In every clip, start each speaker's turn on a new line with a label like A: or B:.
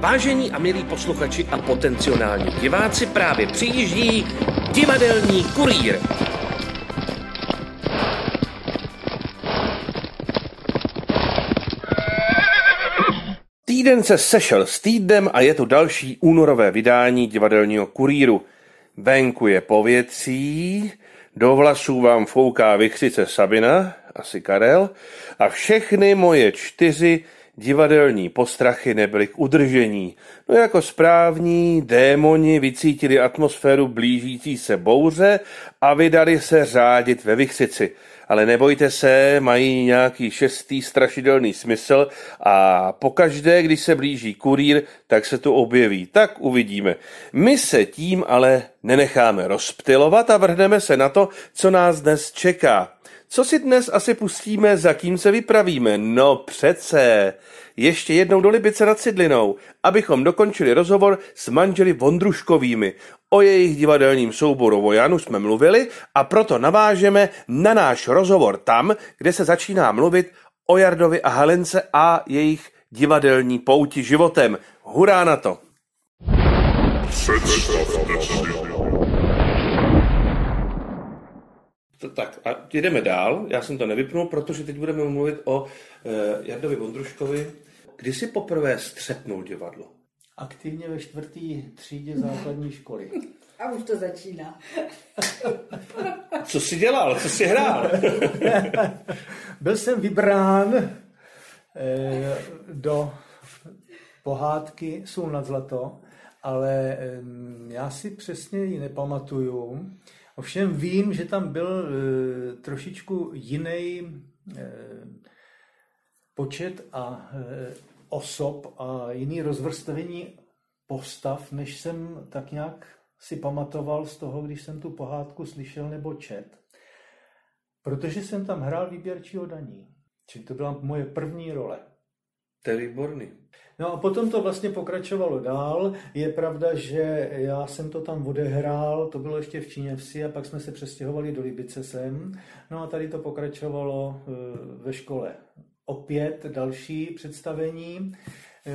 A: Vážení a milí posluchači a potenciální diváci, právě přijíždí divadelní kurýr. Týden se sešel s týdnem a je tu další únorové vydání divadelního kurýru. Venku je povětří, do vlasů vám fouká vichřice Sabina, asi Karel, a všechny moje čtyři divadelní postrachy nebyly k udržení. No jako správní démoni vycítili atmosféru blížící se bouře a vydali se řádit ve vichřici. Ale nebojte se, mají nějaký šestý strašidelný smysl a pokaždé, když se blíží kurýr, tak se tu objeví. Tak uvidíme. My se tím ale nenecháme rozptilovat a vrhneme se na to, co nás dnes čeká. Co si dnes asi pustíme, za kým se vypravíme? No přece! Ještě jednou do Libice nad Sidlinou, abychom dokončili rozhovor s manželi Vondruškovými. O jejich divadelním souboru Vojanu jsme mluvili a proto navážeme na náš rozhovor tam, kde se začíná mluvit o Jardovi a Helence a jejich divadelní pouti životem. Hurá na to!
B: Představte si.
A: To, tak a jedeme dál. Já jsem to nevypnul, protože teď budeme mluvit o uh, Jardovi Vondruškovi. Kdy jsi poprvé střepnul divadlo?
C: Aktivně ve čtvrtý třídě základní školy.
D: A už to začíná.
A: Co jsi dělal? Co jsi hrál?
C: Byl jsem vybrán eh, do pohádky Sůl nad zlato, ale eh, já si přesně ji nepamatuju. Ovšem vím, že tam byl eh, trošičku jiný počet a eh, osob a jiný rozvrstavení postav, než jsem tak nějak si pamatoval z toho, když jsem tu pohádku slyšel nebo čet. Protože jsem tam hrál výběrčího daní. Čili to byla moje první role.
A: to je výborný.
C: No a potom to vlastně pokračovalo dál. Je pravda, že já jsem to tam odehrál, to bylo ještě v Číněvsi a pak jsme se přestěhovali do Libice sem. No a tady to pokračovalo eh, ve škole. Opět další představení, eh,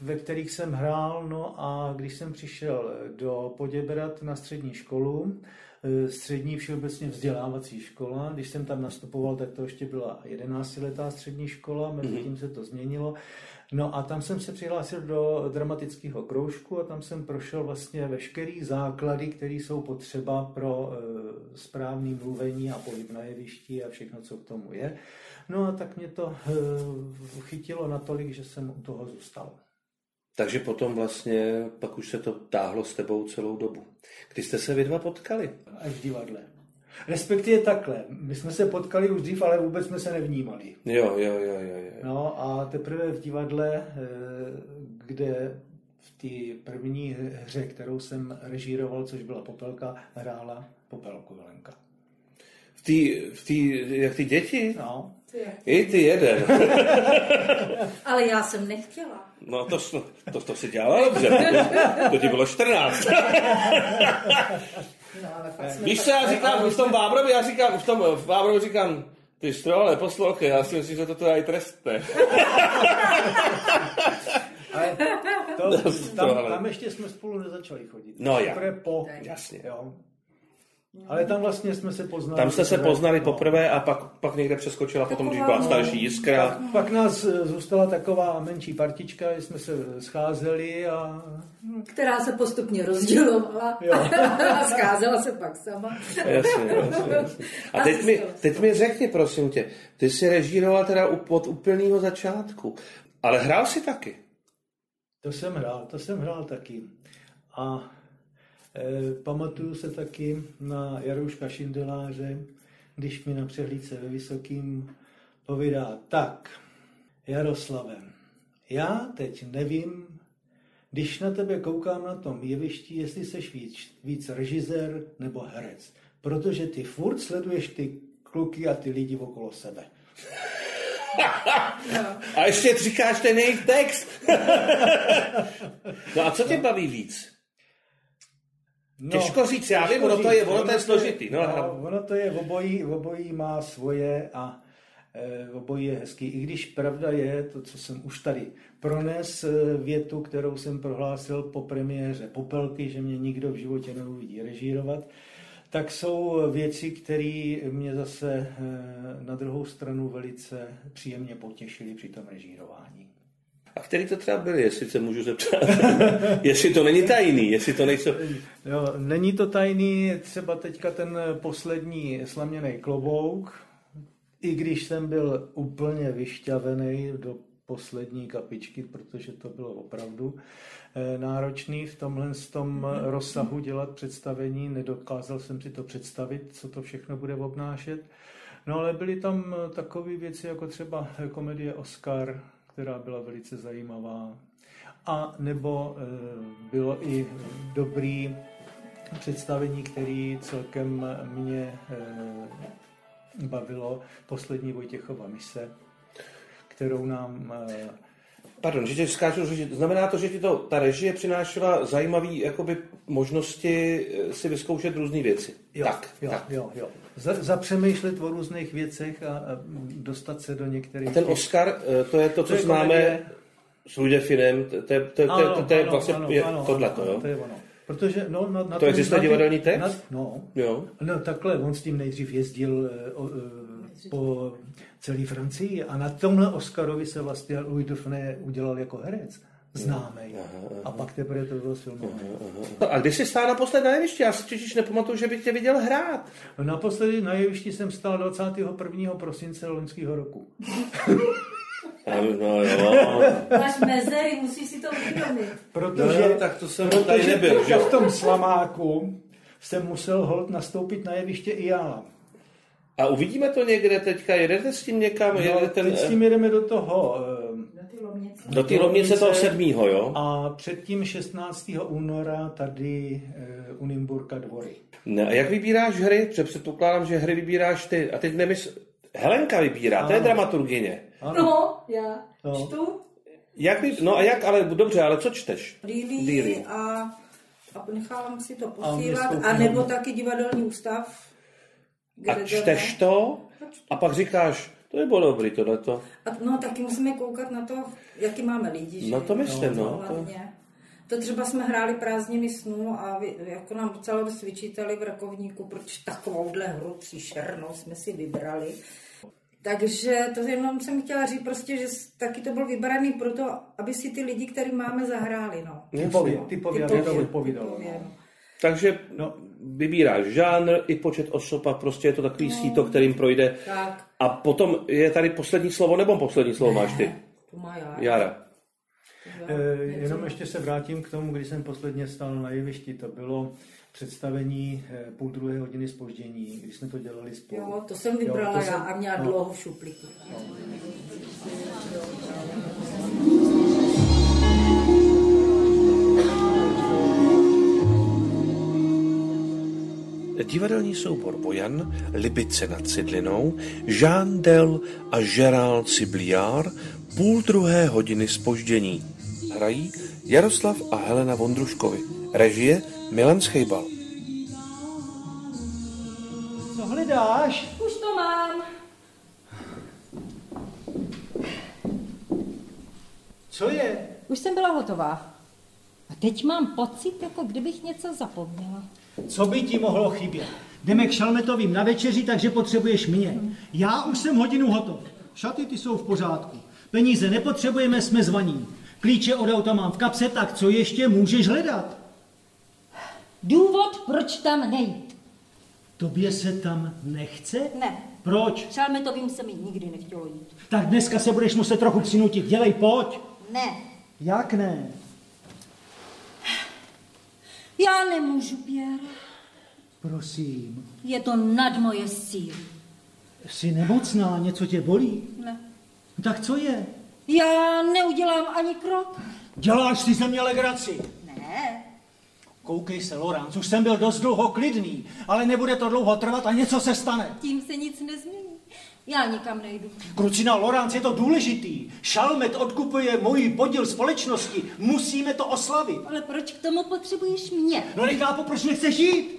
C: ve kterých jsem hrál. No a když jsem přišel do Poděbrat na střední školu, eh, střední všeobecně vzdělávací škola. Když jsem tam nastupoval, tak to ještě byla 11-letá střední škola, mezi tím se to změnilo. No a tam jsem se přihlásil do dramatického kroužku a tam jsem prošel vlastně veškerý základy, které jsou potřeba pro e, správný mluvení a pohyb na jevišti a všechno, co k tomu je. No a tak mě to e, chytilo natolik, že jsem u toho zůstal.
A: Takže potom vlastně, pak už se to táhlo s tebou celou dobu. Kdy jste se vy dva potkali?
C: Až v divadle. Respektive takhle. My jsme se potkali už dřív, ale vůbec jsme se nevnímali.
A: Jo, jo, jo, jo. jo.
C: No a teprve v divadle, eh, kde v té první hře, kterou jsem režíroval, což byla Popelka, hrála Popelku Jelenka.
A: V tý, v tý, jak ty děti?
C: No,
A: I ty jeden.
D: Ale já jsem nechtěla.
A: No to, jsi- to, to si dělala dobře. To ti bylo 14.
D: No, ale fakt jsme
A: Víš
D: tak-
A: co, já říkám v tom Vábrovi, já říkám, v tom eh, v Vábrovi říkám, ty strole, poslouchej, já si myslím, že toto je i trestné.
C: ale to,
A: ale-
C: tam, tam ještě jsme spolu nezačali chodit.
A: No, já.
C: Teprve po,
A: Jasně.
C: jo. Ale tam vlastně jsme se poznali.
A: Tam jste se
C: teprve-
A: poznali poprvé a pak, pak někde přeskočila potom, když byla starší jiskra.
C: Pak nás eh, zůstala taková menší partička, že jsme se scházeli a
D: Která se postupně rozdělovala
C: Jo.
D: a scházela se pak sama.
A: Jasně, jasně, jasně. A teď mi, teď mi řekni, prosím tě, ty jsi režíroval teda u- od úplného začátku, ale hrál jsi taky.
C: To jsem hrál, to jsem hrál taky. A e, pamatuju se taky na Jarouška Šindeláře, když mi na přehlídce ve Vysokým povídá, tak, Jaroslave, já teď nevím, když na tebe koukám na tom jevišti, jestli seš víc, víc režisér nebo herec, protože ty furt sleduješ ty kluky a ty lidi okolo sebe.
D: No,
A: A ještě říkáš ten jejich text. No a co tě baví víc?
C: No,
A: Těžko říct, já vím,
C: těžko
A: ono to je- no.
C: říct.
A: ono to je složitý, no.
C: ono to je, obojí, obojí má svoje a eh, obojí je hezký. I když pravda je to, co jsem už tady prones eh, větu, kterou jsem prohlásil po premiéře Popelky, že mě nikdo v životě neuvidí režírovat, tak jsou věci, které mě zase eh, na druhou stranu velice příjemně potěšily při tom režírování.
B: A který to třeba byly, jestli se můžu zeptat? jestli to není tajný, jestli to nejsou...
C: Jo, není to tajný, třeba teďka ten poslední slaměný klobouk, i když jsem byl úplně vyšťavený do poslední kapičky, protože to bylo opravdu eh, náročný v tomhle s tom rozsahu dělat představení. Nedokázal jsem si to představit, co to všechno bude obnášet. No ale byly tam eh, takové věci jako třeba eh, komedie Oscar, která byla velice zajímavá. A nebo eh, bylo i dobrý představení, který celkem mě eh, bavilo. Poslední Vojtěchova mise, kterou nám... eh,
B: Pardon, že tě skáču, že znamená to, že ti to, ta režie přinášela zajímavé jakoby, možnosti eh, si vyzkoušet různé věci.
C: Jo,
B: tak,
C: jo,
B: tak.
C: jo, jo. Za, zapřemýšlet o různých věcech a, a dostat se do některých...
B: A ten
C: těch-
B: Oscar, eh, to je to, co
C: je
B: známe
C: komedie.
B: s Ludefinem, to, to, je- to, je- to, je- to, to je vlastně je tohle, to,
C: To
B: jo?
C: je ono. Protože, no, na, na
B: To existuje divadelní text?
C: Na, no,
B: Jo.
C: No takhle, on s tím nejdřív jezdil eh, o, eh, po celé Francii a na tomhle Oscarovi se vlastně Louis Dauphiné udělal jako herec. Známý. A pak teprve to bylo sfilmované.
B: No A kdy jsi stál naposled na jevišti? Já si totiž nepamatuju, že bych tě viděl hrát.
C: Naposledy na jevišti jsem stál 21. prosince loňského roku.
B: No, jo.
D: Máš mezery, musíš si to uvědomit.
C: Protože,
B: No, tak to jsem tady nebyl,
C: teďka
B: že jo?
C: v tom slamáku jsem musel hold nastoupit na jeviště i já.
B: A uvidíme to někde teďka, jedete s tím někam,
C: No,
B: jedete ten, eh,
C: Teď s tím jedeme do toho eh,
D: Na ty lomnice.
B: do té lomnice toho sedmýho, jo?
C: A předtím 16. února tady eh, u Nymburka dvory.
B: Ne, No a jak vybíráš hry? Pře- Předpokládám, že hry vybíráš ty. A teď nemysl... Helenka vybírá, to je
C: Ano.
B: dramaturgině.
D: No, já
C: No.
D: čtu
B: Jak vy... No a jak, ale dobře, ale co čteš?
D: Lili a, a nechávám si to posílat.
C: vystoupím.
D: A nebo taky divadelní ústav.
B: A
D: kde
B: čteš
D: jdeme.
B: to a pak říkáš, to je bylo dobrý tohleto.
D: A, no, taky musíme koukat na to, jaký máme lidi. Že?
B: No, to myslím, no, to-
D: hlavně. To třeba jsme hráli prázdniny snů a vy, jako nám docela dost vyčítali v rakovníku, proč takovouhle hru příšernou jsme si vybrali. Takže to jenom jsem chtěla říct prostě, že s- taky to byl vybraný proto, aby si ty lidi, který máme, zahráli, no.
C: Typově, typově, aby to odpovídalo.
D: Typově,
C: No.
D: no.
B: Takže no.
C: No.
B: vybíráš žánr i počet osob a prostě je to takový no. síto, kterým projde.
D: Tak.
B: A potom je tady poslední slovo, nebo poslední slovo máš ty?
D: To má já.
B: Jara.
C: Eh, Jenom ještě se vrátím k tomu, kdy jsem posledně stál na jevišti. To bylo představení eh, půl druhé hodiny spoždění, když jsme to dělali spolu.
D: Jo, to jsem vybrala
C: Jo, to
D: já
C: jsem-
D: a měla
C: no.
D: dlouho v šuplíku.
A: Divadelní soubor Bojan, Libice nad Cidlinou, Jean Del a Gerald Cibliár půl druhé hodiny spoždění. Hrají Jaroslav a Helena Vondruškovi. Režie Milan Schejbal.
C: Co hledáš?
E: Už to mám.
C: Co je?
E: Už jsem byla hotová. A teď mám pocit, jako kdybych něco zapomněla.
C: Co by ti mohlo chybět? Jdeme k Šalmetovým na večeři, takže potřebuješ mě. Já už jsem hodinu hotov. Šaty ty jsou v pořádku. Peníze nepotřebujeme, jsme zvaní. Klíče od auta mám v kapse, tak co ještě můžeš hledat?
E: Důvod, proč tam nejít?
F: Tobě se tam nechce?
E: Ne,
F: Proč?
E: šalmetovým se mi nikdy nechtělo jít.
F: Tak dneska se budeš muset trochu přinutit. Dělej, pojď.
E: Ne,
F: Jak ne?
E: já nemůžu, Pierre.
F: Prosím.
E: Je to nad moje síly.
F: Jsi nemocná, něco tě bolí?
E: Ne.
C: No
F: Tak co je?
E: Já neudělám ani krok.
F: Děláš si ze mě legraci.
E: Ne,
F: Koukej se, Lorenz, už jsem byl dost dlouho klidný, ale nebude to dlouho trvat a něco se stane.
E: tím se nic nezmění. Já nikam nejdu.
F: Krucina, Lorenz, je to důležitý. Šalmet odkupuje můj podíl společnosti. Musíme to oslavit.
E: Ale proč k tomu potřebuješ mě?
F: No nechápu, proč nechceš žít?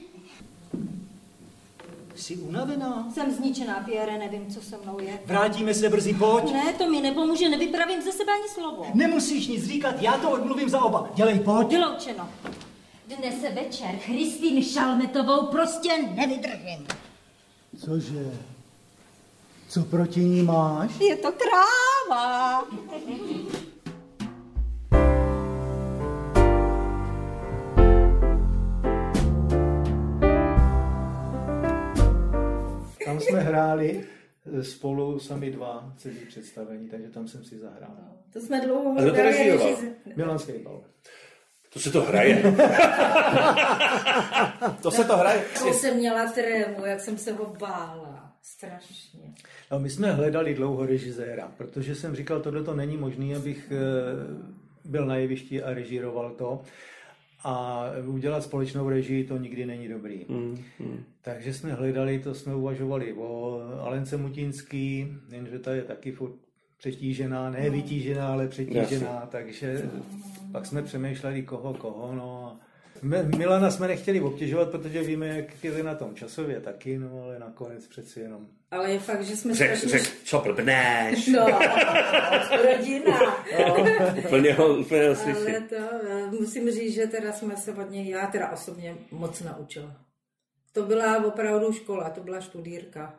F: Jsi unavená?
E: Jsem zničená, Pierre, nevím, co se mnou je.
F: Vrátíme se brzy, pojď.
E: Ne, to mi nepomůže, nevypravím ze sebe ani slovo.
F: Nemusíš nic říkat, já to odmluvím za oba. Dělej, pojď.
E: Vyloučeno. Dnes večer Christine Šalmetovou prostě nevydržím.
C: Cože? Co proti ní máš?
E: Je to kráva.
C: Tam jsme hráli eh, spolu sami dva celý představení, takže tam jsem si zahrál.
D: To jsme dlouho
B: kdo to
D: hledali,
B: režíroval?
D: než jsi-
C: Milanský bal.
B: To se to hraje. to se to hraje.
D: To jsem měla trému, jak jsem se ho bála. Strašně.
C: No, my jsme hledali dlouho režiséra, protože jsem říkal, tohle to není možné, abych eh, byl na jevišti a režíroval to. A udělat společnou režii to nikdy není dobrý. Mm, mm. Takže jsme hledali, to jsme uvažovali o Alence Mutinský, jenže ta je taky furt přetížená, ne vytížená, ale přetížená, takže pak jsme přemýšleli koho, koho, no a M- Milana jsme nechtěli obtěžovat, protože víme, jak je na tom časově taky, no ale nakonec přeci jenom
D: Ale je fakt, že jsme
B: Řek,
D: strašně...
B: řek, co blbneš.
D: No, rodina.
B: No. Úplně ho, úplně ho slyší.
D: Ale to, eh, musím říct, že teda jsme se od něj, já teda osobně moc naučila. To byla opravdu škola, to byla študírka.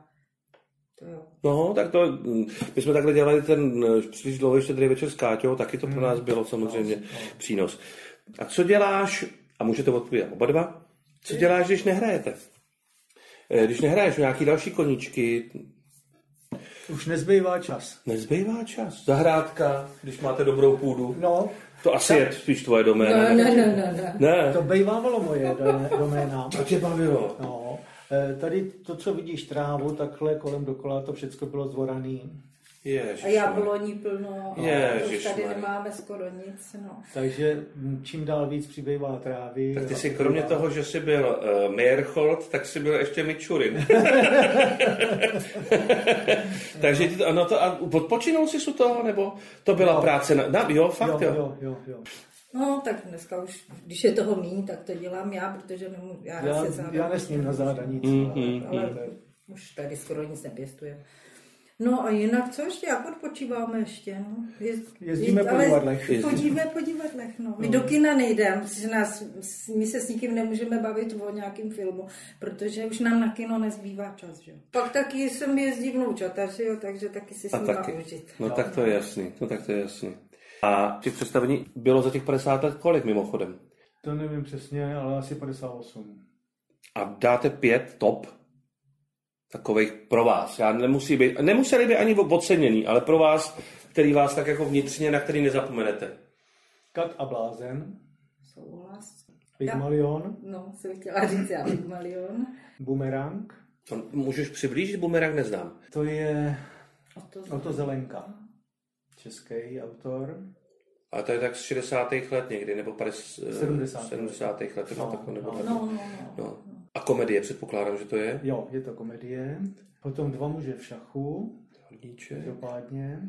D: To jo.
B: No, tak to, mm, my jsme takhle dělali ten eh, příliš dlouho ještě tady večer s Káťou, taky
C: Hmm.
B: to pro nás bylo samozřejmě
C: no.
B: přínos. A co děláš, a můžete odpovědět oba dva, co děláš, když nehrajete? Eh, Když nehraješ nějaký další koníčky,
C: Už nezbývá čas.
B: nezbývá čas. Zahrádka, když máte dobrou půdu.
C: No,
B: To asi je spíš tvoje
D: No,
B: doména.
D: no, no, no, no.
B: Ne,
C: to bývávalo moje do- doména.
B: to tě bavilo.
C: No, eh, tady to, co vidíš trávu, takhle kolem dokola, to všechno bylo zvoraný.
D: A
B: Ježiš.
D: jabloní plno, a to už
B: Ježišmarja.
D: tady nemáme skoro nic. No.
C: Takže hm, čím dál víc přibývá trávy.
B: Tak ty jsi kromě toho, že jsi byl uh, Meyerhold, tak jsi byl ještě Mičurin. Takže ty to, no to, a odpočinul jsi u toho, nebo to byla práce na, na jo, fakt jo.
C: jo, jo, jo, jo.
D: no, tak dneska už, když je toho míň, tak to dělám já, protože nemů, já,
C: Já,
D: se zároveň,
C: já nesmím na záda
B: Mhm,
C: nic. Mm-hmm. Ale, ale,
D: už tady skoro nic nepěstuje. No a jinak co ještě, jak odpočíváme ještě, no. Jez,
C: Jezdíme po
D: ale
C: divadlech.
D: Chodíme po divadlech, no. My do kina nejdeme, protože nás, my se s nikým nemůžeme bavit o nějakém filmu, protože už nám na kino nezbývá čas, že jo. Pak taky jsem jezdí vnoučata, že jo, takže taky si s
B: A
D: nima
B: taky.
D: užit.
B: No tak to je jasný, no tak to je jasný. A těch představení bylo za těch 50 let kolik mimochodem?
C: to nevím přesně, ale asi 58.
B: A dáte pět top takových pro vás. Já nemusí být, nemuseli by ani oceněný, ale pro vás, který vás tak jako vnitřně, na který nezapomenete.
C: Kat a blázen,
D: Souhlas.
C: Pygmalion,
D: No, jsem chtěla říct, já Pygmalion.
C: Bumerang,
B: To můžeš přiblížit, bumerang neznám.
C: to je
D: O to
C: Oto Zelenka, český autor.
B: A to je tak z 60. let někdy, nebo 50,
C: 70.
B: 70. let, nebo
C: No,
B: tak, nebo
C: no.
B: tak.
D: No, no, no.
B: No. A komedie, předpokládám, že to je?
C: Jo, je to komedie. Potom dva muže v šachu,
B: Hodníček.
C: každopádně.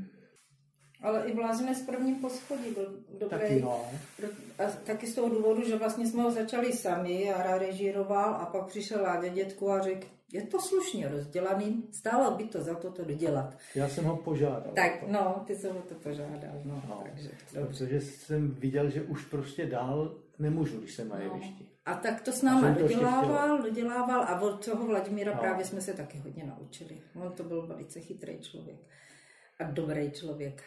D: Ale i blázen z prvním poschodí byl dobrý.
C: Taky no.
D: Pro- A taky z toho důvodu, že vlastně jsme ho začali sami, Jara režíroval a pak přišel Láďa dětku a řekl, je to slušně rozdělaný, stálo by to za to to dodělat.
C: Já jsem ho požádal.
D: Tak, no, ty se o to požádal, no, no. takže.
C: Protože jsem viděl, že už prostě dál nemůžu, když jsem na jevišti.
D: No. A tak to s námi
C: jsem to ještě
D: dodělával, dodělával a od toho Vladimíra no. právě jsme se taky hodně naučili. On to byl velice chytrý člověk a dobrý člověk.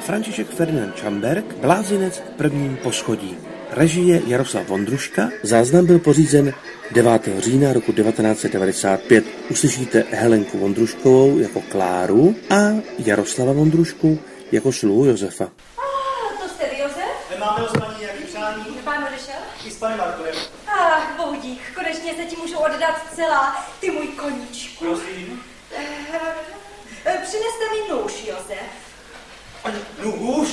A: František Ferdinand Čamberg, blázinec v prvním poschodí. Režie Jaroslav Vondruška, záznam byl pořízen 9. října roku 1995. Uslyšíte Helenku Vondruškovou jako Kláru a Jaroslava Vondrušku jako sluhu Josefa.
E: To jste vy, Josef?
F: Nemáme ozvaní nějaké přání?
E: Pán odešel?
F: I s panem Markovem.
E: Ach, bohudík, konečně se ti můžu oddat celá, ty můj koníčku.
F: Prosím.
E: Eh, Přineste mi nůž, Josef.
F: No už?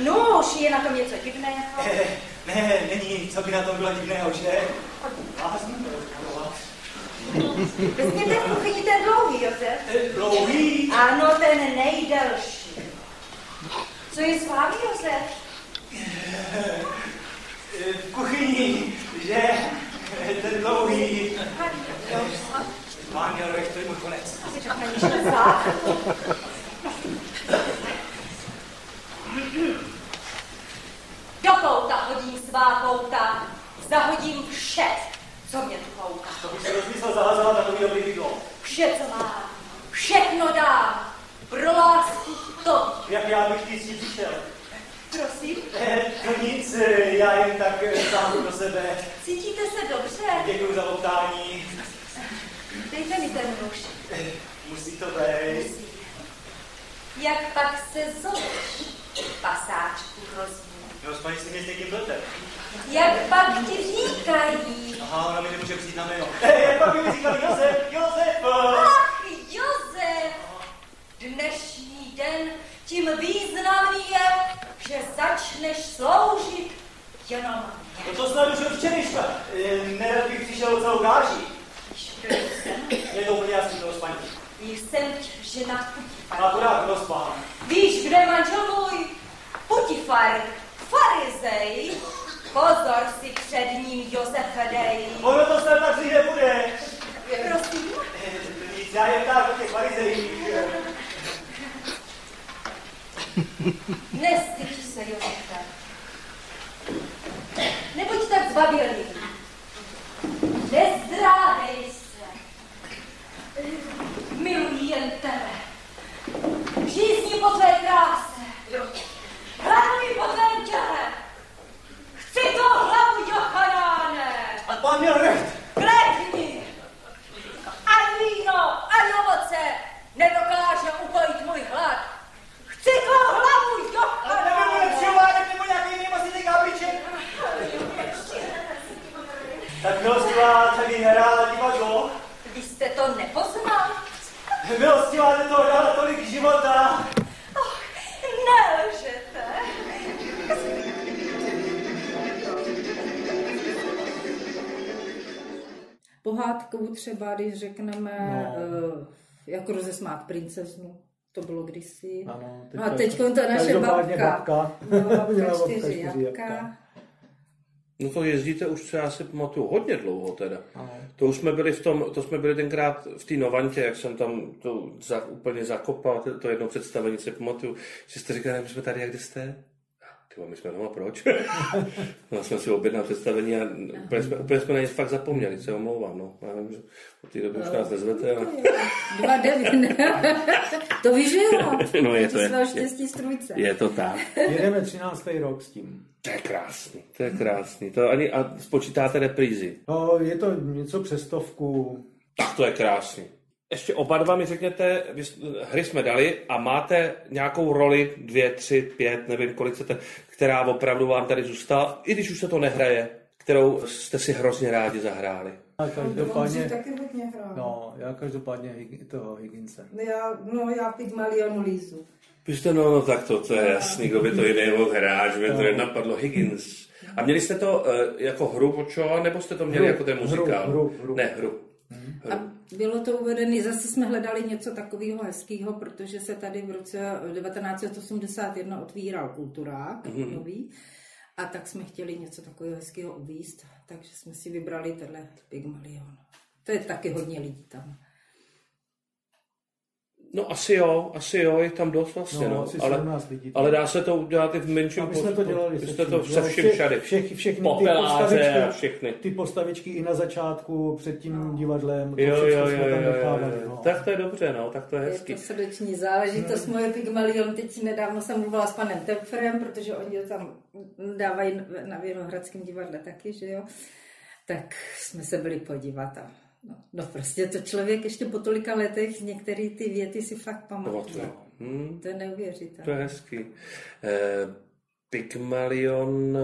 E: Nůž, je na tom něco divného?
F: Eh, Ne, není, co by na tom bylo divného, že? Lázní to rozkazovat.
E: Vezměte v kuchyni ten dlouhý, Josef.
F: Eh, Dlouhý?
E: Ano, ten nejdelší. Co je s vámi, Josef?
F: eh, v kuchyni, že eh, ten dlouhý... Pán Jarek, to je můj konec.
G: Do kouta hodím svá kouta, zahodím vše, co mě tu kouká.
F: To už se rozmyslel zahazovat takový dobrý vidlo.
G: Vše, co mám, všechno dám, pro lásku to,
F: Jak já bych ty s tím přišel.
G: prosím.
F: Eh, To nic, eh, já jen tak eh, sám do sebe.
G: Cítíte se dobře?
F: Děkuji za loutání.
G: Dejte mi ten nůž.
F: Musí to být.
G: Jak pak se zoveš, pasáčku hrozný?
F: No, s paní si mě s někým plete.
G: Jak pak ti říkají?
F: Aha, ona mi nemůže přijít na jméno. Hej, jak pak mi říkal Josef, Josef!
G: Ach, Josef! Dnešní den tím významný je, že začneš sloužit jenom mě.
F: No to snad už od včerejška. Eh, Nerad bych přišel o celou gáži.
G: Víš, kdo jsem?
F: Je to úplně jasný, to spaní.
G: Jsem žena Putifar.
F: Akorát kdo spán.
G: Víš, kde manžel můj? Putifar, farizej. Pozor si před ním, Josefe, dej.
F: Ono to snad tak dřív nebude.
G: Prosím,
F: Eh, Nic, já jen tak o těch farizejích. eh.
G: nestyď se, Josefe. Nebuď tak zbabilný. Nezdrávej se. Miluji jen tebe. Žízní po tvé kráse. Hladuji po tvém těle. Chci to hlavu, Jochanáne.
F: A pan měl recht.
G: Klepni! Ani víno, ani ovoce nedokáže ukojit můj hlad. Chci tvou hlavu,
F: A nebo bude
G: Jochane!
F: přivádek nebo nějaký nemocný kábliček. Tak milostivá tady hrála divadlo.
G: Vy jste to nepoznal?
F: Milostivá do toho dala tolik života.
G: Oh, nelžete.
D: Pohádkou třeba, když řekneme,
C: No.
D: no. jak rozesmát princeznu, to bylo kdysi.
C: Ano,
D: No a teď to je naše
C: každopádně
D: babka.
C: babka.
D: No,
C: Měla
D: babka
C: babka
D: čtyři
C: čtyři
D: jabka.
C: jabka.
B: No to jezdíte už, co já si pamatuju, hodně dlouho teda.
C: Ano.
B: To už jsme byli v tom, to jsme byli tenkrát v té Novantě, jak jsem tam to za, úplně zakopal, to, to jedno představení si pamatuju, že jste říkali, my jsme tady, jak kde jste? Tyba, my jsme doma, proč? no, jsme si objednali představení a úplně jsme, úplně jsme na ně fakt zapomněli, se omlouvám, no. Já vím, že od té doby už nás nezvete, ale...
D: Dva devin. to vyžilo.
B: No, je to- je-
D: Svého štěstí strůjce.
B: Je to tak.
C: Jedeme 13. rok s tím.
B: To je krásný, to je krásný. To ani, a spočítáte reprízy.
C: No, je to něco přes stovku.
B: Tak to je krásný. Ještě oba dva mi řekněte, vy s- hry jsme dali a máte nějakou roli, dvě, tři, pět, nevím kolik chcete, která opravdu vám tady zůstala, i když už se to nehraje, kterou jste si hrozně rádi zahráli.
C: A
D: Dobře,
C: každopádně,
D: taky hodně hrál.
C: no, já každopádně Hig- toho Higginse.
D: No Já, no já Pygmalionu lízu.
B: Vy jste, no, no tak to, to je jasný, kdo by to jiný mohl hrát, že by
C: No.
B: to napadlo Higgins. A měli jste to eh, jako hru od čo, nebo jste to měli
C: Hru,
B: jako ten
C: hru,
B: muzikál?
C: hru, hru. Mhm.
B: Ne, hru.
D: A bylo to uvedené, zase jsme hledali něco takového hezkého, protože se tady v roce 1981 otvíral kulturák mm-hmm. nový. A tak jsme chtěli něco takového hezkého objíst, takže jsme si vybrali tenhle Pygmalion. To je taky hodně lidí tam.
B: No asi jo, asi jo, je tam dost vlastně,
C: No,
B: no,
C: asi
B: ale,
C: 17 lidí tam.
B: ale dá se to udělat i v menším
C: A my jsme
B: pod-
C: to
B: pod-
C: dělali
B: vy jste to
C: vším.
B: se
C: Jo,
B: vším
C: vše-
B: všady.
C: Všechny, všechny ty
B: Popeláře a
C: postavičky,
B: všechny. No.
C: ty postavičky i na začátku před tím divadlem, to
B: Jo, jo,
C: No, všechno
B: jo,
C: jsme
B: jo,
C: tam
B: jo,
C: nechávali.
B: jo.
C: no.
B: Tak to je dobře, no, tak to je hezký.
D: Je to srdeční záležitost.
B: Hmm.
D: Moje Pygmalion, teď nedávno jsem mluvila s panem Tepferem, protože oni ho tam dávají na Věnohradském divadle taky, že jo. Tak jsme se byli podívat a no, no prostě to člověk ještě po tolika letech některé ty věty si fakt pamatuje.
B: Pamatuje. Hm,
D: To je neuvěřitelné.
B: to je hezký. Eh, Pygmalion,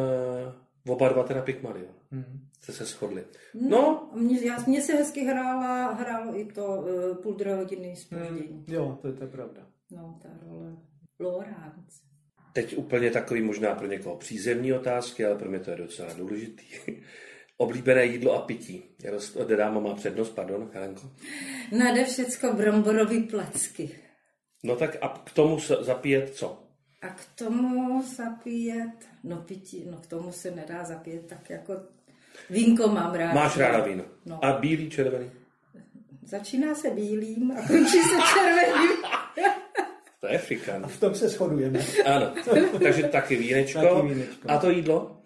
B: eh, oba dva teda Pygmalion.
C: Mhm.
B: Jste se shodli. No,
D: Mně, já, mně se hezky hrála, hrálo i to uh, půl druhé hodiny
B: Hmm.
D: spoždění.
C: Jo, to je, to je pravda.
D: No, ta role. Lorenz.
B: teď úplně takový možná pro někoho přízemní otázky, ale pro mě to je docela důležitý. Oblíbené jídlo a pití. Jarost, eh, dáma má přednost, pardon, Helenko.
D: Nade všecko bramborový placky.
B: No tak a k tomu se zapíjet co?
D: A k tomu zapíjet, no pití, no k tomu se nedá zapíjet, tak jako vínko mám ráda.
B: Máš ráda víno.
D: No.
B: A bílý, červený.
D: Začíná se bílým a končí se červeným.
B: To je fikant.
C: V tom se shodujeme.
B: Ano, takže taky vínečko.
C: Taky vínečko.
B: A to jídlo?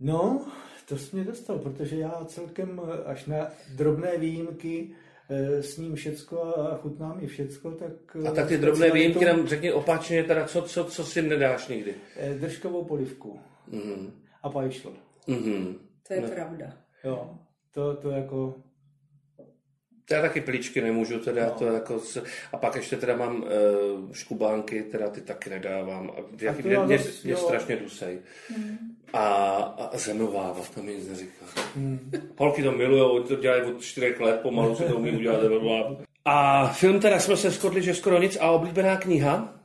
C: No, to jsi mě dostal, protože já celkem eh, až na drobné výjimky eh, s ním všecko a chutná mi všecko, tak... eh,
B: A tak ty drobné
C: specialitou-
B: výjimky nám řekni opačně, teda co, co, co si nedáš nikdy.
C: eh, Držkovou polivku
B: Mm.
C: a pajšl.
B: Mm.
D: To je pravda.
C: Jo, to, to jako...
B: Já taky plíčky nemůžu, teda no. to jako... s- A pak ještě teda mám uh, škubánky, teda ty taky nedávám. A já,
C: to
B: mě,
C: já
B: mě,
C: zas-
B: mě
C: jo.
B: strašně dusej. A, a zemnováva, to mi nic neříká. Holky to milujou, to dělají od čtyřech let, pomalu se to umí udělat zemnováva. A film teda jsme se shodli, že skoro nic. A oblíbená kniha?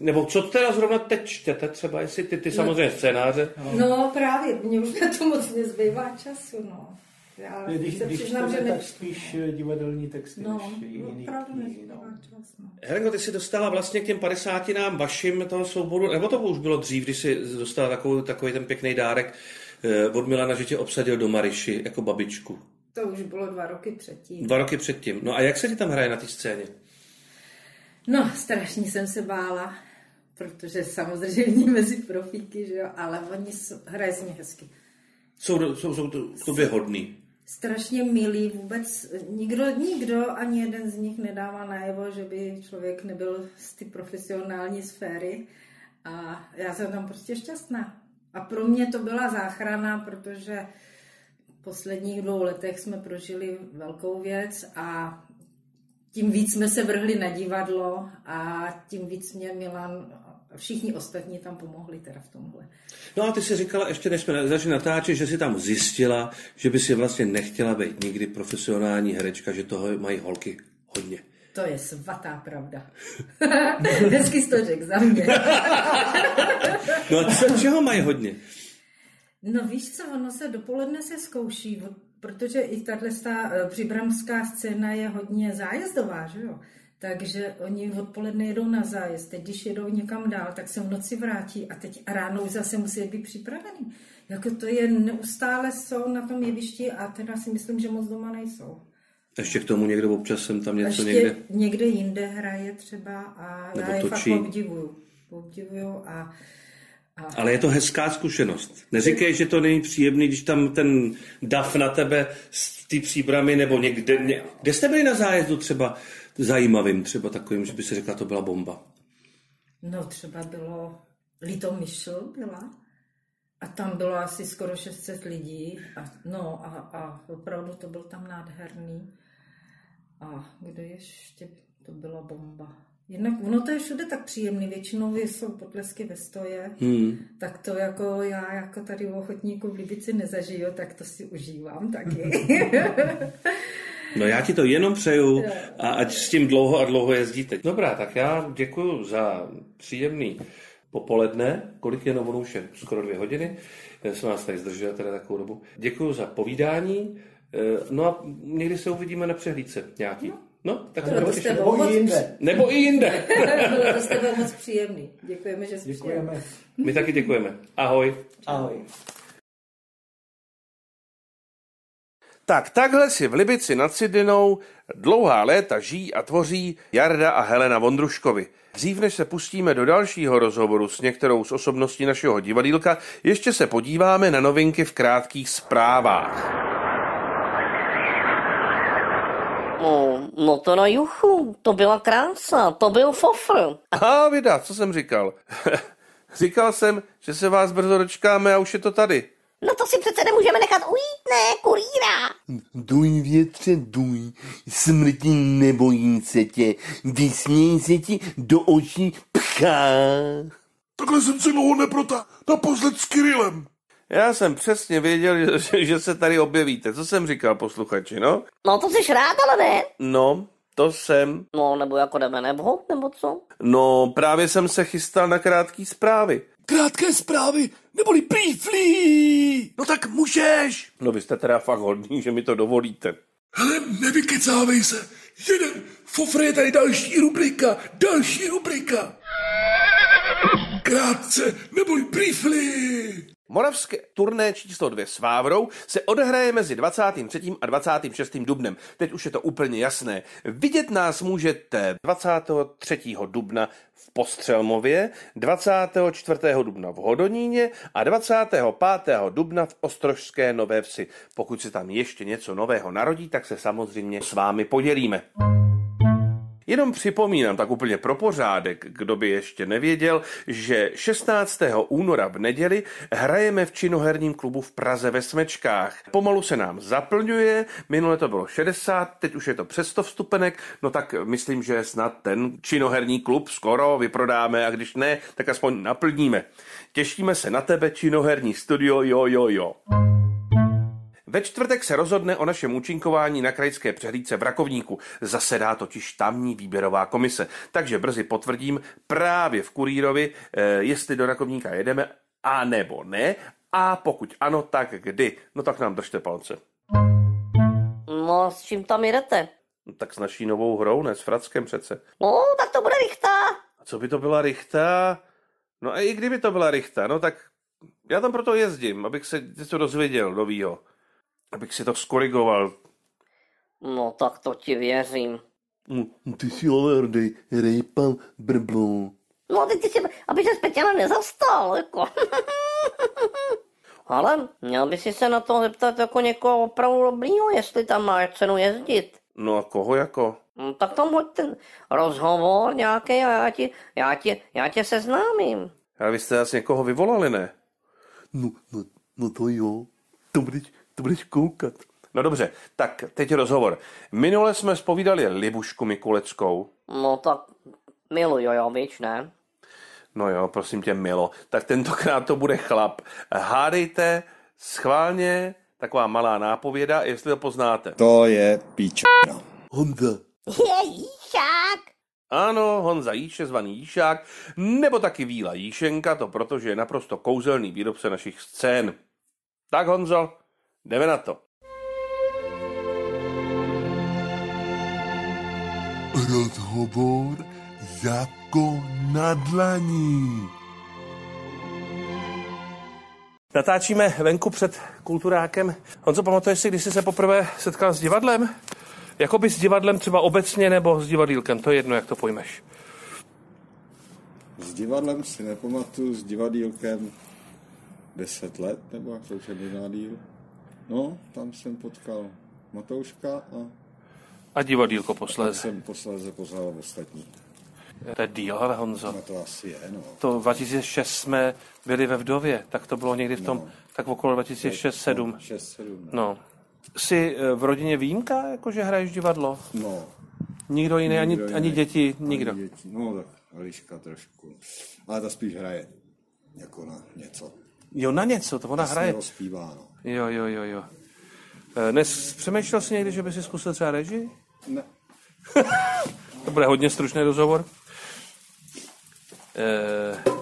B: Nebo co teda zrovna teď čtete třeba, jestli ty, ty samozřejmě scénáře?
D: No právě, mně už na to moc nezbývá času, no. Já
C: Když,
D: se
C: když
D: přiznám, že
C: čteme,
D: ne...
C: tak spíš eh, divadelní texty,
D: No,
C: než jiný
D: opravdu
C: knihy,
D: nezbývá
C: no.
D: čas, no.
B: Helenko, ty jsi dostala vlastně k těm 50 nám vašim toho souboru, nebo to už bylo dřív, když jsi dostala takový, takový ten pěkný dárek eh, od Milana, že tě obsadil do Mariši jako babičku.
D: To už bylo dva roky předtím.
B: Dva roky předtím. No a jak se ti tam hraje na té scéně?
D: No, strašně jsem se bála, protože samozřejmě mezi profíky, že jo, ale oni jsou, hraje se mi hezky.
B: Jsou, jsou, jsou to, k tobě hodný.
D: strašně milí, vůbec nikdo, nikdo, ani jeden z nich nedává najevo, že by člověk nebyl z ty profesionální sféry a já jsem tam prostě šťastná. A pro mě to byla záchrana, protože v posledních dvou letech jsme prožili velkou věc a tím víc jsme se vrhli na divadlo a tím víc mě Milan a všichni ostatní tam pomohli teda v tomhle.
B: No a ty jsi říkala, ještě než jsme začali natáčet, že jsi tam zjistila, že by si vlastně nechtěla být nikdy profesionální herečka, že toho mají holky hodně.
D: To je svatá pravda. Hezky jsi to řekl za mě.
B: No a co, čeho mají hodně?
D: No víš co, ono se dopoledne se zkouší, o- protože i tahle ta eh, přibramská scéna je hodně zájezdová, že jo? Takže oni odpoledne jedou na zájezd, teď když jedou někam dál, tak se v noci vrátí a teď ráno už zase musí být připravený. Jako to je, neustále jsou na tom jevišti a teda si myslím, že moc doma nejsou.
B: Ještě k tomu někdo občas jsem tam něco
D: Ještě
B: někde...
D: někde? někde jinde hraje třeba a
B: Nebo
D: já je
B: točí.
D: fakt obdivuju. Obdivuju a
B: Ale je to hezká zkušenost. Neříkej, že to není příjemný, když tam ten dav na tebe z ty příbramy nebo někde... Ně... Kde jste byli na zájezdu třeba zajímavým, třeba takovým, že by se řekla, to byla bomba?
D: No třeba bylo, Litomyšl byla a tam bylo asi skoro 600 lidí. A, no a, a opravdu to byl tam nádherný. A kde ještě to byla bomba. Jinak ono to je všude tak příjemný, většinou jsou potlesky ve stoje, hmm. tak to jako já jako tady u ochotníků v Libici nezažiju, tak to si užívám taky.
B: No já ti to jenom přeju a ať s tím dlouho a dlouho jezdíte. Dobrá, tak já děkuji za příjemný popoledne, kolik je no, ono už je skoro dvě hodiny, Eh, jsem vás tady zdržel teda takovou dobu. Děkuji za povídání, Eh, no a někdy se uvidíme na přehlídce nějaký. No, tak
D: Bylo to s
B: určitě.
D: tebou
C: Nebo i
D: moc-
C: jinde.
B: Nebo i jinde.
D: Bylo to s tebou moc příjemný. Děkujeme, že jsi přišel.
C: Děkujeme.
B: My taky děkujeme. Ahoj.
C: Ahoj.
A: Tak takhle si v Libici nad Sidinou dlouhá léta žijí a tvoří Jarda a Helena Vondruškovi. Dřív než se pustíme do dalšího rozhovoru s některou z osobností našeho divadílka, ještě se podíváme na novinky v krátkých zprávách.
H: No, no to na juchu, to byla krása, to byl fofr.
A: Aha, vida, co jsem říkal? říkal jsem, že se vás brzo dočkáme a už je to tady.
H: No to si přece nemůžeme nechat ujít, ne, kurýra.
I: Duj větře, duj, smrti nebojím se tě, vysměj se ti do očí pchá.
J: Takhle jsem se dlouho neprota, naposled s Kirilem.
A: Já jsem přesně věděl, že, že se tady objevíte. Co jsem říkal, posluchači, no?
H: No to jsi rád, ale ne.
A: No, to jsem.
H: No, nebo jako jdeme nebo, nebo co?
A: No, právě jsem se chystal na krátký zprávy.
J: Krátké zprávy, neboli brýflí. No tak můžeš.
A: No vy jste teda fakt hodný, že mi to dovolíte.
J: Hele, nevykecávej se. Jeden, fofr je tady další rubrika, další rubrika. Krátce, neboli brýfli.
A: Moravské turné číslo 2 s Vávrou se odehraje mezi 23. a 26. dubnem. Teď už je to úplně jasné. Vidět nás můžete 23. dubna v Postřelmově, 24. dubna v Hodoníně a 25. dubna v Ostrožské Nové Vsi. Pokud se tam ještě něco nového narodí, tak se samozřejmě s vámi podělíme. Jenom připomínám, tak úplně pro pořádek, kdo by ještě nevěděl, že 16. února v neděli hrajeme v činoherním klubu v Praze ve Smečkách. Pomalu se nám zaplňuje, minule to bylo 60, teď už je to přes 100 vstupenek, no tak myslím, že snad ten činoherní klub skoro vyprodáme a když ne, tak aspoň naplníme. Těšíme se na tebe, činoherní studio, jo, jo, jo. Ve čtvrtek se rozhodne o našem účinkování na krajské přehlídce v Rakovníku. Zasedá totiž tamní výběrová komise. Takže brzy potvrdím právě v Kurírovi, eh, jestli do Rakovníka jedeme a nebo ne. A pokud ano, tak kdy? No tak nám držte palce.
H: No a s čím tam jedete?
A: No, tak s naší novou hrou, ne s Frackem přece.
H: No, tak to bude rychta.
A: A co by to byla richta? No a i kdyby to byla richta, no tak já tam proto jezdím, abych se něco dozvěděl novýho. Abych si to skorigoval.
H: No tak to ti věřím.
I: Mm, Ty si ale hrdý, rejpal brblou.
H: No teď ty si, aby se speciálně nezastal, jako. Ale měl by si se na to zeptat jako někoho opravdu dobrýho, jestli tam má cenu jezdit.
A: No a koho jako?
H: No, tak tam hoď ten rozhovor nějaký a já ti, já ti, já tě seznámím.
A: Ale vy jste asi někoho vyvolali, ne?
I: No, no, no to jo, to budeš, to budeš koukat.
A: No dobře, tak teď rozhovor. Minule jsme spovídali Libušku Mikuleckou.
H: No tak miluj Jojovič, ne?
A: No jo, prosím tě, Milo. Tak tentokrát to bude chlap. Hádejte schválně taková malá nápověda, jestli to poznáte.
K: To je píč.
I: Honda.
G: Je jíšák.
A: Ano, Honza Jíše, zvaný Jíšák, nebo taky Víla Jíšenka, to protože je naprosto kouzelný výrobce našich scén. Tak Honzo, jdeme na to.
I: Rozhovor jako na dlaní.
B: Natáčíme venku před kulturákem. Honzo, pamatuješ si, když jsi se poprvé setkal s divadlem? Jakoby s divadlem třeba obecně nebo s divadýlkem, to je jedno, jak to pojmeš.
K: S divadlem si nepamatuju, s divadílkem 10 let, nebo jak to už je možná díl. No, tam jsem potkal Matouška a
B: A divadýlko
K: tam
B: posléze.
K: jsem posléze poznal ostatní.
B: To je díl, ale Honzo.
K: No to asi je, no.
B: To 2006 jsme byli ve Vdově, tak to bylo někdy v tom, tak okolo 2006-2007.
K: 6-7, no.
B: No. Jsi eh, v rodině výjimka, jakože hraješ divadlo?
K: No.
B: Nikdo jiný, ani,
K: Nikdo
B: ani
K: jiný.
B: děti, nikdo.
K: Ani děti. No tak Eliška trošku. Ale ta spíš hraje jako na něco.
B: Jo, na něco, to ona
K: Ta se
B: hraje.
K: Rozpívá, no.
B: Jo, jo, jo, jo. Eh, Nes, přemýšlel jsi někdy, že by si zkusil třeba režii?
K: Ne.
B: to bude hodně stručný rozhovor. Eh,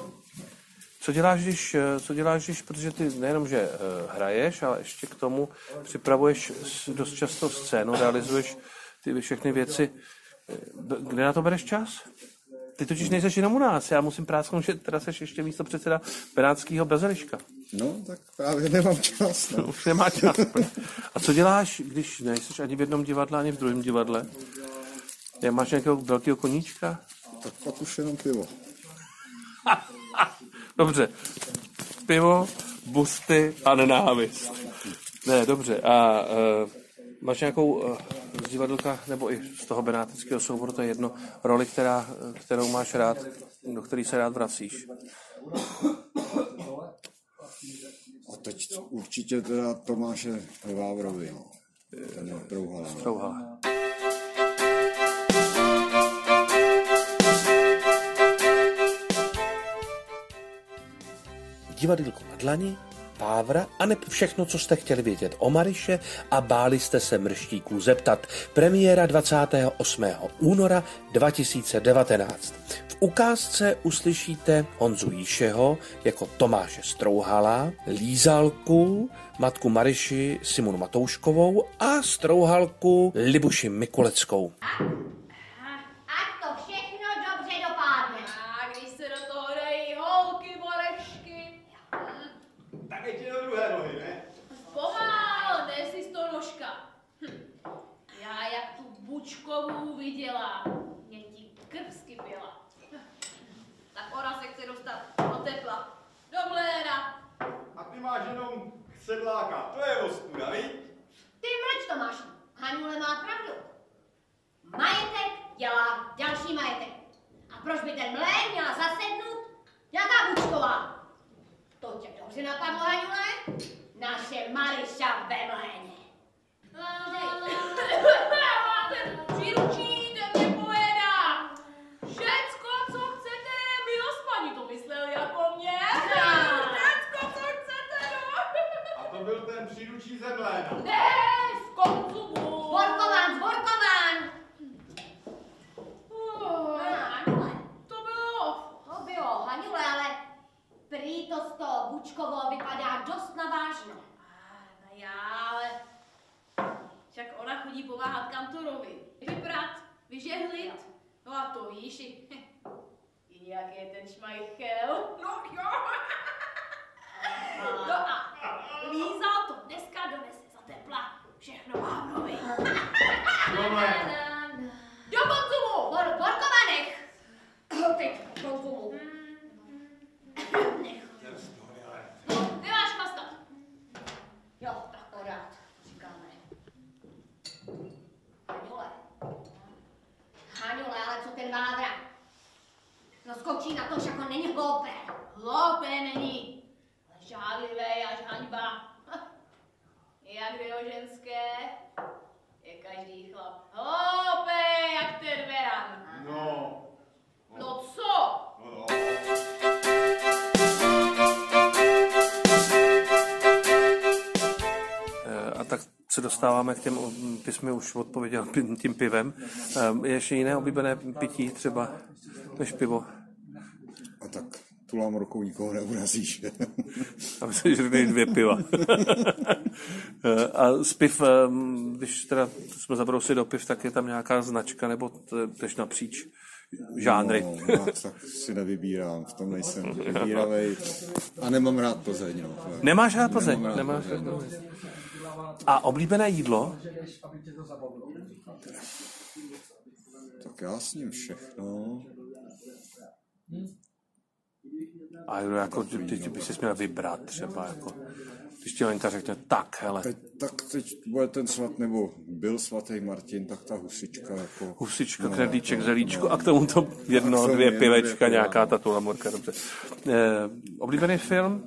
B: co děláš, když, eh, co děláš, když, protože ty nejenom, že eh, hraješ, ale ještě k tomu připravuješ s- dost často scénu, realizuješ ty všechny věci. Eh, b- Kde na to bereš čas? Ty totiž nejseš jenom u nás, já musím prásknout, že teda seš ještě místo předseda Benátského Braziliška.
K: No, tak právě nemám čas, no.
B: Už nemá čas. A co děláš, když nejseš ani v jednom divadle, ani v druhém divadle? Jak máš nějakého velkého koníčka?
K: Tak pak už jenom pivo.
B: Dobře. Pivo, busty a nenávist. Ne, dobře. A uh, máš nějakou uh, z divadlka, nebo i z toho benátického souboru, to je jedno, roli, která, eh, kterou máš rád, do který se rád vracíš?
K: A teď určitě teda Tomáše Vávrovi, no. Ten je Prouhala. no.
B: Touha.
A: Divadýlko na dlani, Pávra a neb všechno, co jste chtěli vědět o Mariše a báli jste se mrštíků zeptat. Premiéra 28. února 2019. V ukázce uslyšíte Honzu Jíšeho jako Tomáše Strouhala, Lízalku, matku Mariši Simonu Matouškovou a Strouhalku Libuši Mikuleckou.
L: A to všechno dobře dopadne. A když se do toho dají holky,
M: Hm.
L: proč by ten mlén měla zasednout nějaká bučková? To tě dobře napadlo, Hanule? Naše Mariša ve mléně.
M: Příručí, jde mě pojedá. Všecko, co chcete, milospaní to myslel jako mě. Všecko, co chcete, no.
N: A to byl ten příručí ze mléna.
M: Ne, z konzumu.
L: Zvorkován, zvorkován.
M: Oh,
L: Hanule,
M: To bylo.
L: to bylo, Hanule, ale prý to z toho bučkovo vypadá dost na vážno.
M: A no já, ale... Však ona chodí pomáhat kantorovi. Vyprat, vyžehlit. No a to víš, i, hm. i nějaký je ten šmajchel. No jo. No a Líza to dneska donese za tepla. Všechno vám nový. Do konzumu!
L: Por, porkovanech. Teď po konzumu.
M: Nemáš chlastat.
L: Jo, akorát, říkáme. Hanule. Hanule, ale co ten vávra? No skočí na to, že jako není hloupé.
M: Hloupé není. Žádlivé až hanba. Jak dvě o ženské, je každý chlap hloupé jak ten beran.
N: No.
M: No co?
B: Eh, A tak se dostáváme k těm, mm, ty jsi mi už odpověděl pi- tím pivem. Eh, Je ještě jiné oblíbené pití třeba než pivo?
K: A tak tulám rukou nikoho neurazíš. že?
B: A myslím, že byly dvě piva. Eh, A z piv, eh, když teda jsme zabrousili do piv, tak je tam nějaká značka, nebo t- tež napříč žánry.
K: No, já tak si nevybírám, v tom nejsem vybíravej. A nemám rád Plzeň, no.
B: Nemáš rád Plzeň?
K: Nemám rád
B: Nemáš
K: Plzeň,
B: rád
K: no.
B: Plzeň. A oblíbené jídlo?
K: Tak já s ním všechno.
B: A jo, jako, ty, ty, ty by si měl vybrat třeba, jako, když ti Lenka řekne, tak, hele,
K: Teď, tak teď bude ten svat, nebo byl svatý Martin, tak ta husička jako... no,
B: Husička, knedlíček, zelíčko a k tomu to jedno, dvě pivečka, nějaká ta tulamorka, dobře. Eh, oblíbený film?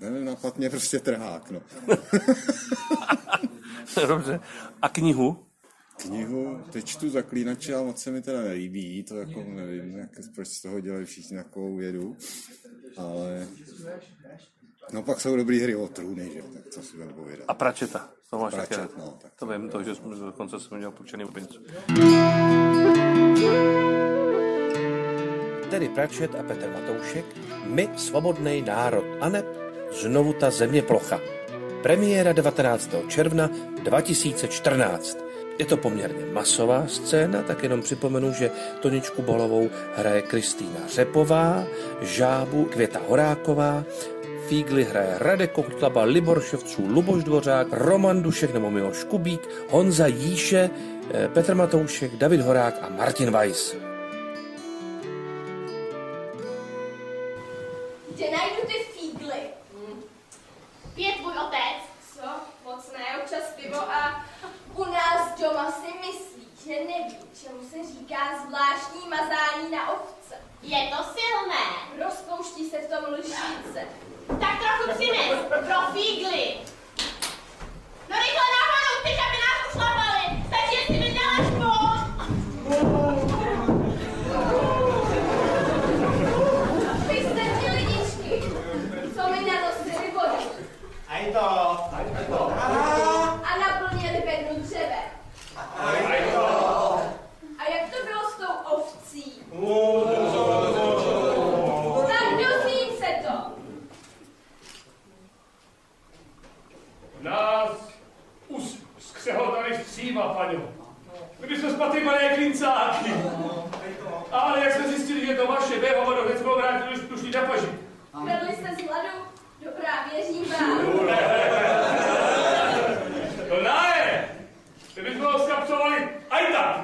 K: Ten nápad mě prostě trhák, no.
B: Dobře. A knihu?
K: Knihu, teď čtu zaklínače a moc se mi teda nelíbí, to jako nevím, jak, proč z toho dělají všichni takovou vědu, ale... No pak jsou dobrý hry o trůny, že, tak co si budeme povědat.
B: A pračeta. To máš
K: Pračet,
B: taky rád.
K: no, tak
B: to vím, to, že jsme dokonce jsem měl půjčený obincu.
O: Tedy Pračet a Petr Matoušek, My svobodný národ Aneb, znovu ta země plocha. Premiéra 19. června 2014. Je to poměrně masová scéna, tak jenom připomenu, že Toničku Bolovou hraje Kristýna Řepová, Žábu Květa Horáková, Fígly hraje Radek Kotlaba, Libor Ševců, Luboš Dvořák, Roman Dušek nebo Miloš Kubík, Honza Jíše, eh, Petr Matoušek, David Horák a Martin Weiss.
L: Kde najdu ty fígly?
M: Pije tvůj otec.
L: Hmm. Co? Moc ne, občas pivo a u nás doma si myslí, že neví, čemu se říká zvláštní mazání na ovce. Je to silné. Rozpouští se v tom lžíce.
M: Tak trochu přines, pro fígly. No rychle na hlavu, chceš, aby nás ušlapali. Takže si mi děláš půl.
L: Vy jste ty lidičky, co mi na to střeli vodu
F: A je to, a je to.
L: a naplnili bednu dřeve.
F: A je to.
L: A jak to bylo s tou ovcí? Tak dozvím se to.
N: Nás us, skřehl tady stříma, paňo. Když jsme spatli malé klincáky. Ale jak jsme zjistili, že to vaše běho vodu, hned jsme ho vrátili už tuší na paži.
L: Vedli jste z hladu? Dobrá, věřím vám.
N: To ne! Kdybychom ho skapcovali, aj tak!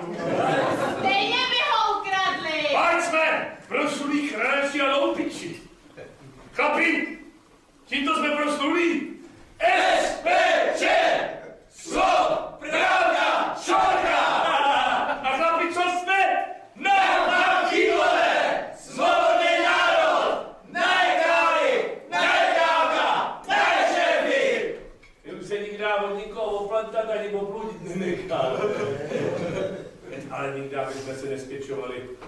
M: Stejně by ho ukradli.
N: Pojď jsme, proslulí chráči a loupiči. Chlapi, tímto jsme proslulí. SPČ! Slo! Pravda! Šorka! A chlapi, co jsme? Na Martinové! pokračovali.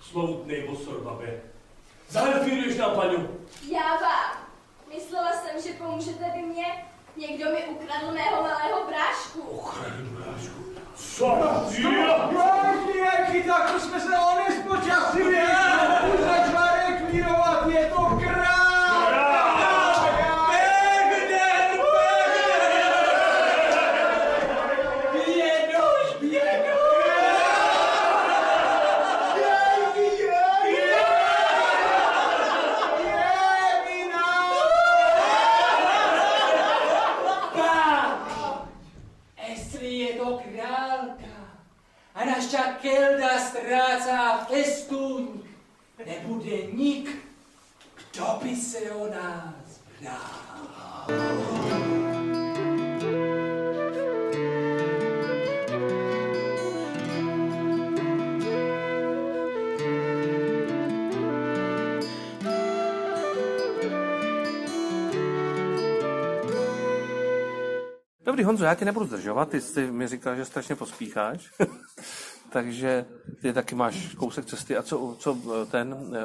N: Slovutnej bosor, babe. Zahlfíruješ na paňu.
L: Já vám. Myslela jsem, že pomůžete vy mě. Někdo mi ukradl mého malého brášku.
N: Co?
P: Jaký tak, to jsme se oni spočasili, začali klírovat, je to král! Begner, Begner! Bědoš, bědoš! Jej, jej, jej! Je vina!
Q: Tak, jestli je to králka a naša kelda ztrácá festuň, nebude nik, kdo by se o nás bál.
A: Dobrý, Honzo, já tě nebudu zdržovat, ty jsi mi říkal, že strašně pospícháš. Takže ty taky máš kousek cesty. A co, co eh, ten uh,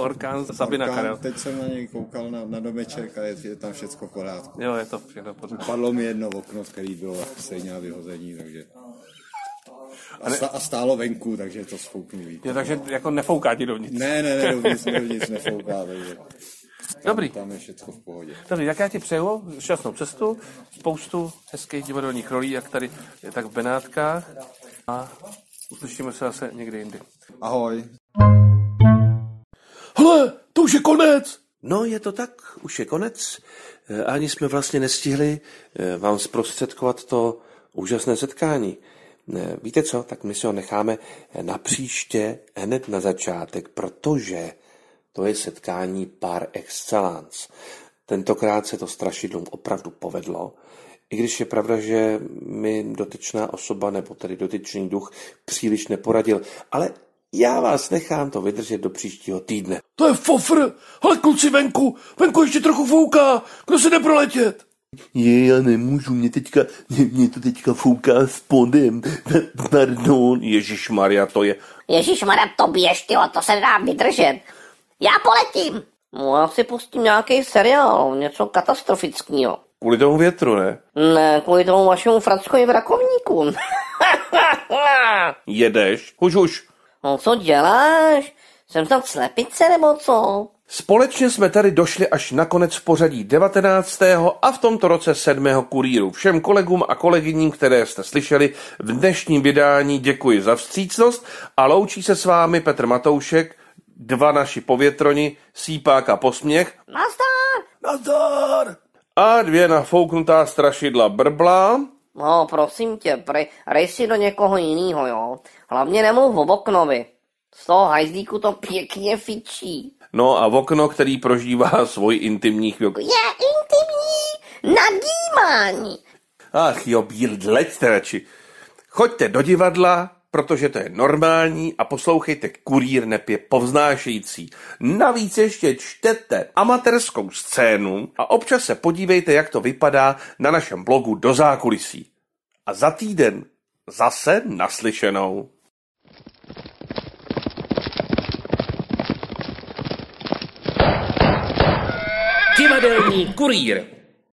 A: orkán Sabina
K: Orkán,
A: Karel?
K: Teď jsem na něj koukal na, na domeček a je, je tam všechno v pořádku.
A: Jo, je to všechno pořád.
K: Upadlo mi jedno okno, z který bylo stejně na vyhození, takže... A, sta, a stálo venku, takže to spouknulý.
A: Jo, takže jako nefouká ti dovnitř.
K: Ne, ne, ne, dovnitř, dovnitř nefouká, takže... Tam,
A: Dobrý.
K: Tam je všechno v pohodě.
A: Dobrý, tak já ti přeju šťastnou cestu, spoustu hezkých divadelních rolí, jak tady, tak v Benátkách. A uslyšíme se zase někdy jindy.
K: Ahoj.
A: Hele, to už je konec! No, je to tak, už je konec. E, Ani jsme vlastně nestihli e, vám zprostředkovat to úžasné setkání. E, Víte co, tak my si ho necháme eh, na příště hned na začátek, protože to je setkání par excellence. Tentokrát se to strašidlům opravdu povedlo, i když je pravda, že mi dotyčná osoba nebo tedy dotyčný duch příliš neporadil, ale já vás nechám to vydržet do příštího týdne.
J: To je fofr. Hele kluci venku, venku ještě trochu fouká. Kdo se jde proletět?
I: Je, já nemůžu, mě teďka, mě, mě to teďka fouká spodem. Pardon,
A: Ježíš Maria, to je
H: Ježíš Maria, to běž, tyjo, to se nedá vydržet. Já poletím. No, já si pustím nějaký seriál, něco katastrofického.
A: kvůli tomu větru, ne?
H: Ne, kvůli tomu vašemu Frackovi v rakovníku.
A: Jedeš, už už.
H: no co děláš? Jsem tam slepice nebo co?
A: Společně jsme tady došli až nakonec v pořadí 19. a v tomto roce 7. kurýru. Všem kolegům a kolegyním, které jste slyšeli v dnešním vydání, děkuji za vstřícnost a loučí se s vámi Petr Matoušek, dva naši povětroni, sípák a posměch
H: Nazdar!
J: Nazdar!
A: a dvě nafouknutá strašidla brbla.
H: No, prosím tě, prej, rej si do někoho jiného, jo. Hlavně nemluv o oknovi. Z toho hajzlíku to pěkně fičí.
A: No a okno, který prožívá svůj intimní chvilku.
H: Je intimní nadýmání.
A: Ach jo, bíl, leďte radši. Choďte do divadla, protože to je normální a poslouchejte kurýr nepě povznášející. Navíc ještě čtete amatérskou scénu a občas se podívejte, jak to vypadá na našem blogu do zákulisí. A za týden zase naslyšenou. Divadelní kurýr.